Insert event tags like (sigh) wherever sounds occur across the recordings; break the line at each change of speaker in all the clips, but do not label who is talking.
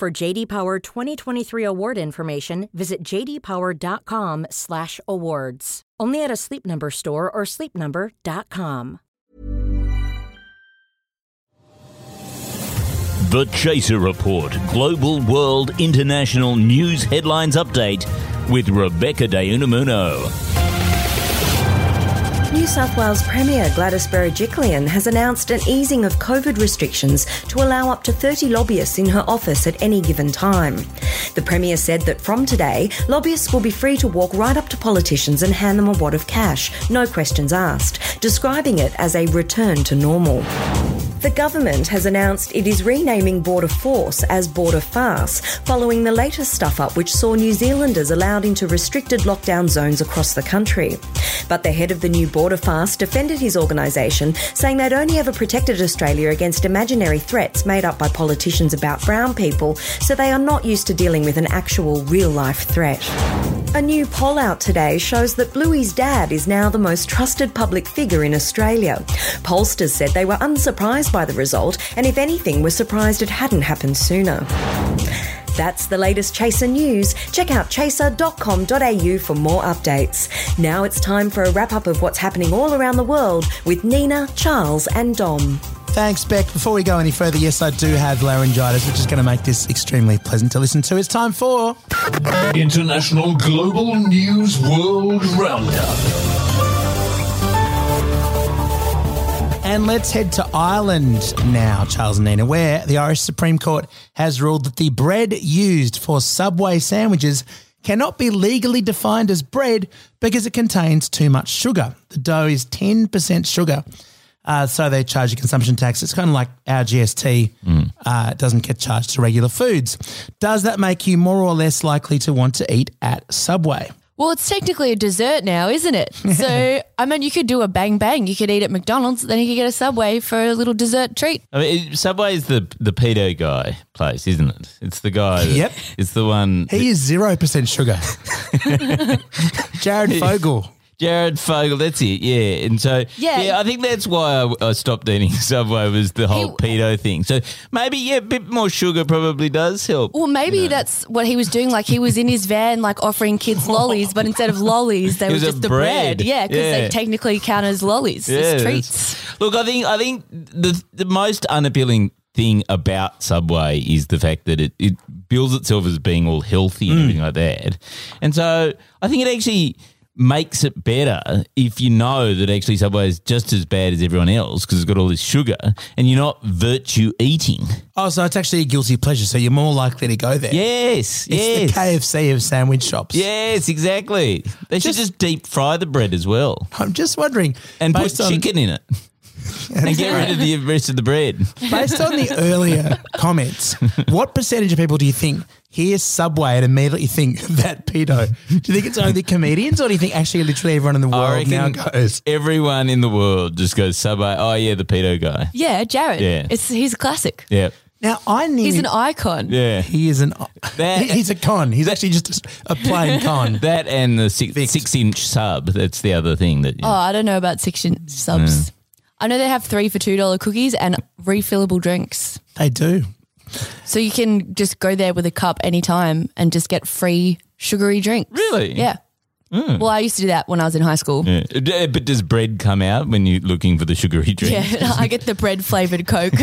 For JD Power 2023 award information, visit jdpower.com/awards. Only at a Sleep Number store or sleepnumber.com.
The Chaser Report Global World International News Headlines Update with Rebecca De Unamuno.
New South Wales Premier Gladys Berejiklian has announced an easing of COVID restrictions to allow up to 30 lobbyists in her office at any given time. The Premier said that from today, lobbyists will be free to walk right up to politicians and hand them a wad of cash, no questions asked, describing it as a return to normal. The government has announced it is renaming Border Force as Border Farce, following the latest stuff up which saw New Zealanders allowed into restricted lockdown zones across the country. But the head of the new Border Farce defended his organisation, saying they'd only ever protected Australia against imaginary threats made up by politicians about brown people, so they are not used to dealing with an actual real life threat. A new poll out today shows that Bluey's dad is now the most trusted public figure in Australia. Pollsters said they were unsurprised by the result and, if anything, were surprised it hadn't happened sooner. That's the latest Chaser news. Check out chaser.com.au for more updates. Now it's time for a wrap up of what's happening all around the world with Nina, Charles, and Dom.
Thanks, Beck. Before we go any further, yes, I do have laryngitis, which is going to make this extremely pleasant to listen to. It's time for.
International Global News World Roundup.
And let's head to Ireland now, Charles and Nina, where the Irish Supreme Court has ruled that the bread used for Subway sandwiches cannot be legally defined as bread because it contains too much sugar. The dough is 10% sugar. Uh, so they charge a consumption tax. It's kind of like our GST uh, it doesn't get charged to regular foods. Does that make you more or less likely to want to eat at Subway?
Well, it's technically a dessert now,
(laughs)
isn't it? So, I mean, you could do a bang bang. You could eat at McDonald's, then you could get a Subway for a little dessert treat.
I mean, it- Subway is the the pedo guy place, isn't it? It's the guy. that-
Yep.
It's the one.
He is 0% sugar. (laughs) Jared Fogle.
Jared Fogle. That's it. Yeah. And so
Yeah.
I think that's why I, I stopped eating (laughs) Subway was the whole pedo thing. So maybe yeah, a bit more sugar probably does help.
Well, maybe that's what he was doing. Like he was in his van, like
(laughs)
offering kids lollies, but instead of lollies, they
It
were
was a
just the bread.
bread.
Yeah, because
Yeah.
they technically count as lollies, as treats.
that's- Look, I think I think the the most unappealing thing about Subway is the fact that it, it bills itself as being all healthy and everything like that. And so I think it actually makes it better if you know that actually Subway is just as bad as everyone else because it's got all this sugar and you're not virtue eating.
Oh, so it's actually a guilty pleasure. So you're more likely to go there.
Yes,
It's
yes.
the KFC of sandwich shops.
Yes, exactly. They should just deep fry the bread as well
I'm just wondering.
and put
based on-
chicken in it and get rid of the rest of the bread.
(laughs) Based on the earlier
(laughs)
comments, what percentage of people do you think hear Subway and immediately think that pedo? Do you think it's only comedians, or do you think actually literally everyone in the world now goes?
everyone in the world just goes Subway. Oh yeah, the pedo guy.
Yeah, Jared.
Yeah.
It's he's a classic.
Yeah,
Now I need.
He's an icon.
yeah.
he is an.
That-
(laughs) he's a con. He's actually just a plain
(laughs)
con.
That and the six, six inch sub. That's the other thing that.
Oh, I don't know about section
Mm.
subs. I know they have three for two dollar cookies and refillable drinks,
They do.
so you can just go there with a cup anytime and just get free sugary drinks.
Really?
Yeah. Well, I used to do that when I was in high school.
Yeah. D- But does bread come out when you're looking for the sugary drink?
(laughs) Yeah, I get the bread flavored Coke.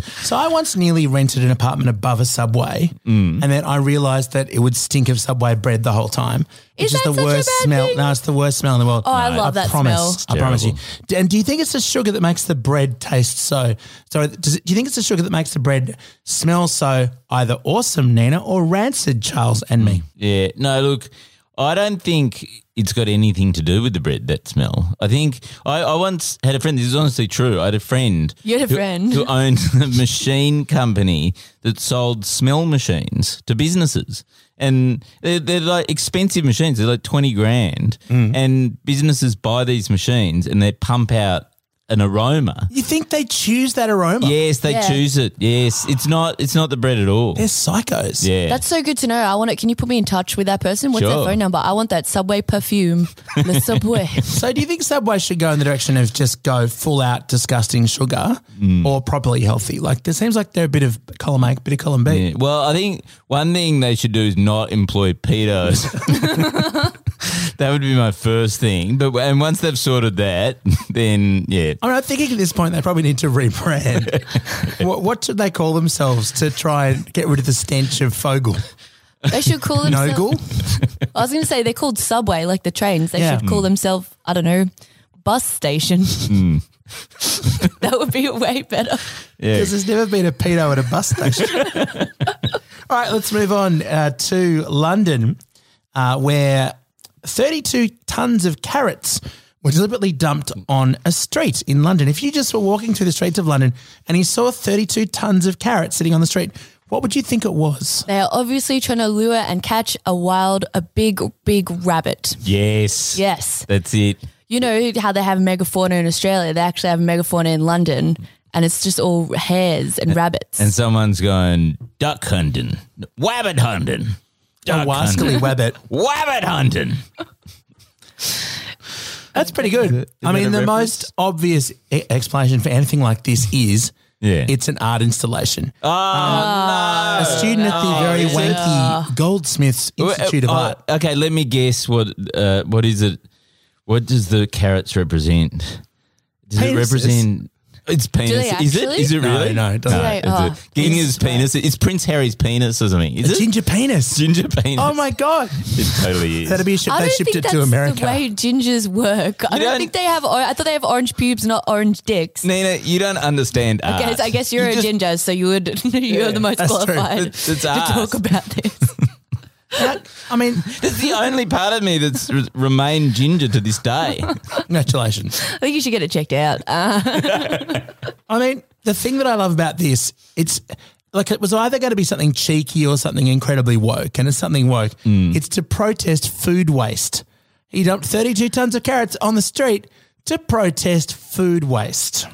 So I once nearly rented an apartment above a Subway,
Mm.
and then I realised that it would stink of Subway bread the whole time.
Is
which is
that
the
such a
worst
bad
smell.
thing?
No, it's the worst smell in the world.
Oh, I No, love that
promise,
smell.
I promise you.
Terrible.
D- And do you think it's the sugar that makes the bread taste so? So does it, do you think it's the sugar that makes the bread smell so either
Mm.
awesome, Nina, or rancid, Charles and me?
Yeah. No, look, I don't think it's got anything to do with the bread that smell. I think I, I once had a friend. This is honestly true. I had a friend.
You had a
who-
friend.
who owned (laughs) a machine company that sold smell machines to businesses, and they're, they're like expensive machines. They're like twenty grand, and businesses buy these machines and they pump out an aroma.
You think they choose that aroma?
Yes, they
Yeah.
choose it. Yes, it's not it's not the bread at all.
They're psychos.
Yeah,
That's so good to know. I want it. Can you put me in touch with that person? What's
Sure.
their phone number? I want that Subway perfume. The Subway.
So, do you think Subway should go in the direction of just go full out disgusting sugar or properly healthy? Like, there seems like they're a bit of column A, bit of column B.
Yeah. Well, I think one thing they should do is not employ pedos. that would be my first thing. But and once they've sorted that, (laughs) then yeah,
I mean, I'm thinking at this point they probably need to rebrand. what, what should they call themselves to try and get rid of the stench of Fogel?
They should call themselves.
Nogel?
I was going to say they're called Subway, like the trains. They
Yeah.
should call themselves. I don't know. Bus station. (laughs) that would be way better.
yeah.
Because there's never been a pedo at a bus station. All right, let's move on uh, to London, uh, where 32 tons of carrots were deliberately dumped on a street in London. If you just were walking through the streets of London and you saw 32 tons of carrots sitting on the street, what would you think it was?
They are obviously trying to lure and catch a wild, a big, big rabbit.
yes,
Yes.
that's it.
You know how they have megafauna in Australia? They actually have megafauna in London, and it's just all hares and rabbits.
And someone's going duck hunting, wabbit hunting,
A
duck
wascally
hunting,
wabbit.
wabbit hunting.
That's pretty good. I
that
mean,
a
the
reference?
most obvious e- explanation for anything like this is
Yeah.
it's an art installation. Um,
Oh,
a student at
Oh,
the very
Ah.
wanky Goldsmiths
no.
Institute of
Oh,
Art.
Okay, let me guess. What uh, what is it? What does the carrots represent? Does
Penises.
it represent? It's penis.
they
Is it?
actually?
Is it
No,
really?
no, it doesn't.
Do they-
it's
oh,
a- Ginger's penis. It's Prince Harry's penis or something. Is
A
it
ginger penis.
ginger penis?
Oh my god,
(laughs) It totally is.
that'd be a ship.
I
They
don't
shipped
think
it
that's
to
the
America.
way gingers work. I
You
don't,
don't-
think they have. Or- I thought they have orange pubes, not orange dicks.
Nina, you don't understand art.
Guys, I guess you're
You
a
just- (laughs)
ginger, so you would (laughs) you're the most
that's true.
qualified
It's- it's
to
ours.
talk about
(laughs)
this.
That- I mean,
That's the only part of me that's re- remained ginger to this
(laughs)
day.
congratulations.
I think you should get it checked out. Uh,
I mean, the thing that I love about this, it's like it was either going to be something cheeky or something incredibly woke, and it's something woke. It's to protest food waste. He dumped 32 tons of carrots on the street to protest food waste.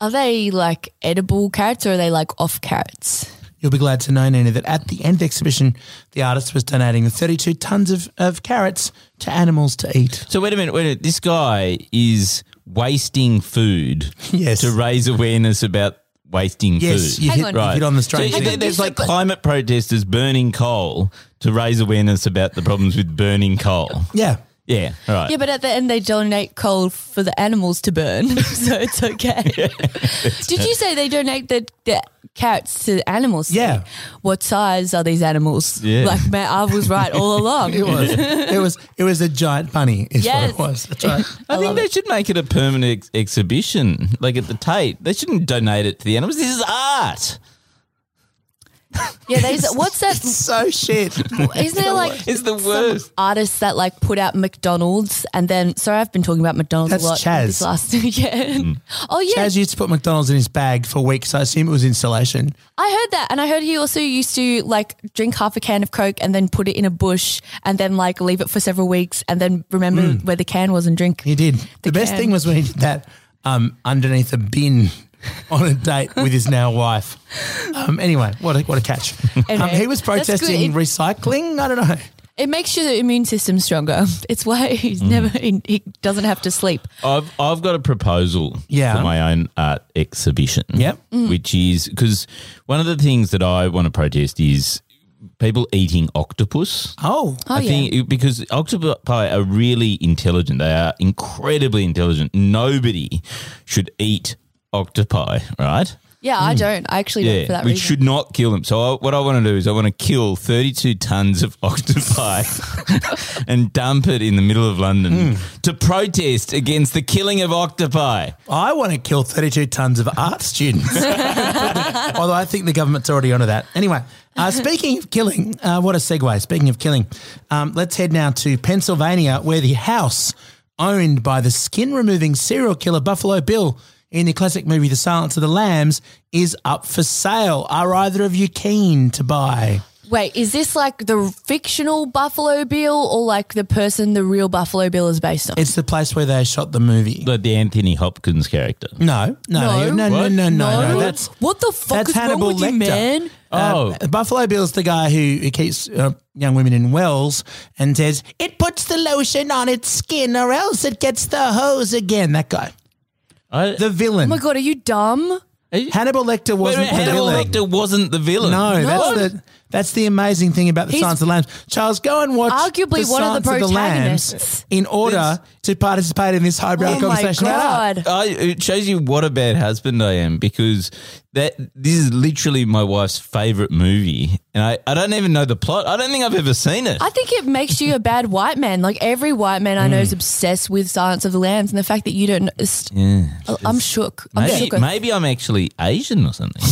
are they like edible carrots or are they like off carrots?
You'll be glad to know, Nina, that at the end of the exhibition, the artist was donating 32 tons of, of carrots to animals to eat.
So wait a minute, wait a minute. This guy is wasting food
Yes.
to raise awareness about wasting
Yes,
food.
you
Hang
hit,
on.
you hit on the straight.
So
Hang
thing.
on,
there's
just a
like
quick-
climate protesters burning coal to raise awareness about the problems with burning coal.
yeah.
Yeah, all right.
Yeah, but at the end they donate coal for the animals to burn, (laughs) so it's
(laughs)
okay. Did you say they donate the, the carrots to animals? to
Yeah.
eat? What size are these animals?
Yeah.
Like Matt, I was
(laughs)
right all along.
It was. it was. It was a giant bunny. Is
Yes.
what it was. That's right.
I, think they should make it a permanent ex- exhibition, like at the Tate. They shouldn't donate it to the animals. This is art.
Yeah, there's what's that?
so shit.
Isn't there like
It's the worst.
artists that like put out McDonald's and then? Sorry, I've been talking about McDonald's
That's
a lot.
Chaz. Mm.
This last (laughs) yeah. Oh yeah,
Chaz used to put McDonald's in his bag for weeks. I assume it was insulation.
I heard that, and I heard he also used to like drink half a can of Coke and then put it in a bush and then like leave it for several weeks and then remember
Mm.
where the can was and drink.
He did. The, best
can.
thing was when he did that um, underneath a bin on a date with his now wife. Um, anyway, what a, what a catch. um,
Anyway,
he was
that's good.
protesting
It-
recycling. I don't know.
It makes your immune system stronger. (laughs) It's why he's
Mm.
never he, he doesn't have to sleep.
I've I've got a proposal
Yeah.
for my own art exhibition.
Yep.
Mm.
Which is because one of the things that I want to protest is people eating octopus.
Oh,
Oh
I
yeah,
think it- because octopi are really intelligent. They are incredibly intelligent. Nobody should eat octopi, right?
Yeah,
Mm.
I don't. I actually don't for that
we
reason.
should not kill them. So I, what I want to do is I want to kill 32 tons of
(laughs)
octopi and dump it in the middle of London
Hmm.
to protest against the killing of octopi.
I want to kill 32 tons of art students. Although I think the government's already onto that. Anyway, uh, speaking of killing, uh, what a segue. Speaking of killing, um, let's head now to Pennsylvania, where the house owned by the skin removing serial killer Buffalo Bill in the classic movie The Silence of the Lambs is up for sale. Are either of you keen to buy?
Wait, is this like the fictional Buffalo Bill or like the person the real Buffalo Bill is based on?
It's the place where they shot the movie.
Like the Anthony Hopkins character.
No, no, no, no, no, no, no, no. That's
what the fuck
that's
is
Hannibal
wrong with
Lecter.
you, man?
Oh.
Uh, Buffalo Bill's the guy who, who keeps uh, young women in wells and says, it puts the lotion on its skin or else it gets the hose again. That guy.
I-
The villain.
Oh my god, are you dumb?
Hannibal Lecter
Wait,
wasn't
wait,
the
Hannibal
villain.
Lecter wasn't the villain.
No, that's the that's the amazing thing about the
He's-
Silence of the Lambs. Charles, go and watch
Arguably
the
one of the
Silence Lambs
protagonists.
in order to participate in this highbrow
Oh my
conversation. about art.
god.
I, it shows you what a bad husband I am because that this is literally my wife's favorite movie, and I, I don't even know the plot. I don't think I've ever seen it.
I think it makes you a bad white man. Like every white man I know
Mm.
is obsessed with Silence of the Lambs, and the fact that you don't. It's, I- I'm shook. I'm
maybe,
shook.
maybe I'm actually Asian or
(laughs)
something.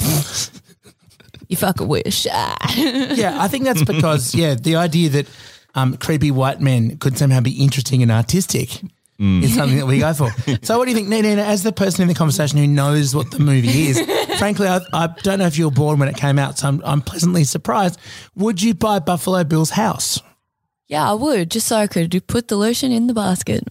You fucking wish. (laughs) Ah.
Yeah, I think that's because yeah, the idea that um, creepy white men could somehow be interesting and artistic is something that we go for. So, what do you think, Nina? As the person in the conversation who knows what the movie is, frankly, I, I don't know if you were born when it came out, so I'm, I'm pleasantly surprised. Would you buy Buffalo Bill's house?
yeah, I would just so I could do- put the lotion in the basket.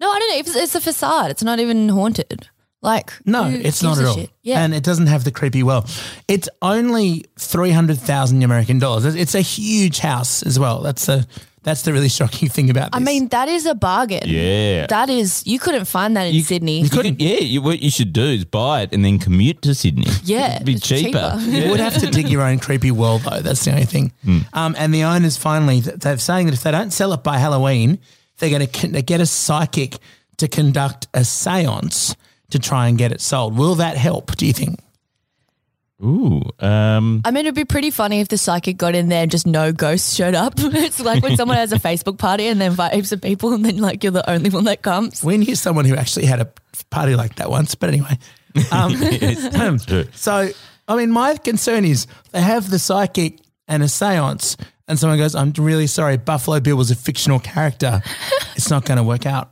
No, I don't know. It's, it's a facade. It's not even haunted. Like
No,
who
it's
gives
not
a
at all.
shit? Yeah,
And it doesn't have the creepy well. It's only 300,000 American dollars. It's- It's a huge house as well. That's the that's the really shocking thing about
I
this.
mean that is a bargain.
Yeah.
that is. You couldn't find that in Sydney.
Mm-hmm.
You could, yeah, you, what you should do is buy it and then commute to Sydney.
Yeah,
It'd be
it's
cheaper.
cheaper.
Yeah.
(laughs)
You would have to dig your own creepy well, though. That's the only thing. Um, and the owners finally, th- they're saying that if they don't sell it by Halloween, they're going to con- get a psychic to conduct a seance to try and get it sold. Will that help, do you think?
Ooh,
(laughs)
um,
I mean, it'd be pretty funny if the psychic got in there and just no ghosts showed up. (laughs) it's like when someone has a Facebook party and they invite heaps of people, and then like you're the only one that comes.
We knew someone who actually had a party like that once, but anyway.
(laughs)
Um,
(coughs)
so, I mean, my concern is they have the psychic and a seance, and someone goes, I'm really sorry, Buffalo Bill was a fictional character. It's not going to work out.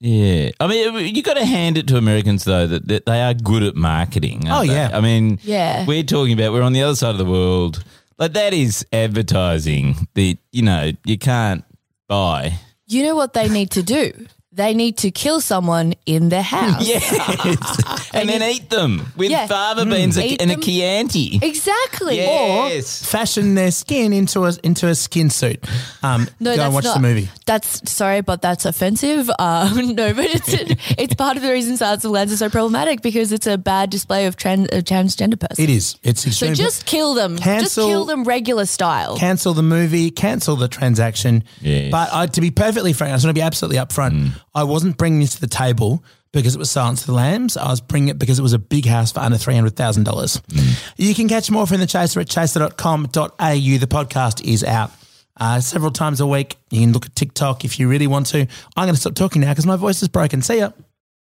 yeah. I mean, you got to hand it to Americans though that, that they are good at marketing. aren't
Oh,
they?
yeah.
I mean,
Yeah.
We're talking about we're on the other side of the world. Like that is advertising that you know you can't buy.
You know what they need to do? They need to kill someone in their house.
(laughs) Yes, and then eat them with
Yeah.
fava beans
Eat
and a
them.
Chianti.
Exactly.
Yes.
fashion their skin into a into a skin suit. Um,
No,
go
that's
and watch
not,
the movie.
That's sorry, but that's offensive. (laughs) Uh, no, but it's it's part of the reason Silence of the Lambs is so problematic because it's a bad display of trans, a transgender person.
It is. It's
So
extreme.
just kill them. just
Cancel-
kill them regular style.
cancel the movie, cancel the transaction.
Yes.
But I, to be perfectly frank, I just want to be absolutely upfront. I wasn't bringing this to the table because it was Silence of the Lambs. I was bringing it because it was a big house for under $300,000. You can catch more from The Chaser at chaser.com.au. The podcast is out. Uh, several times a week. You can look at TikTok if you really want to. I'm going to stop talking now because my voice is broken. See ya.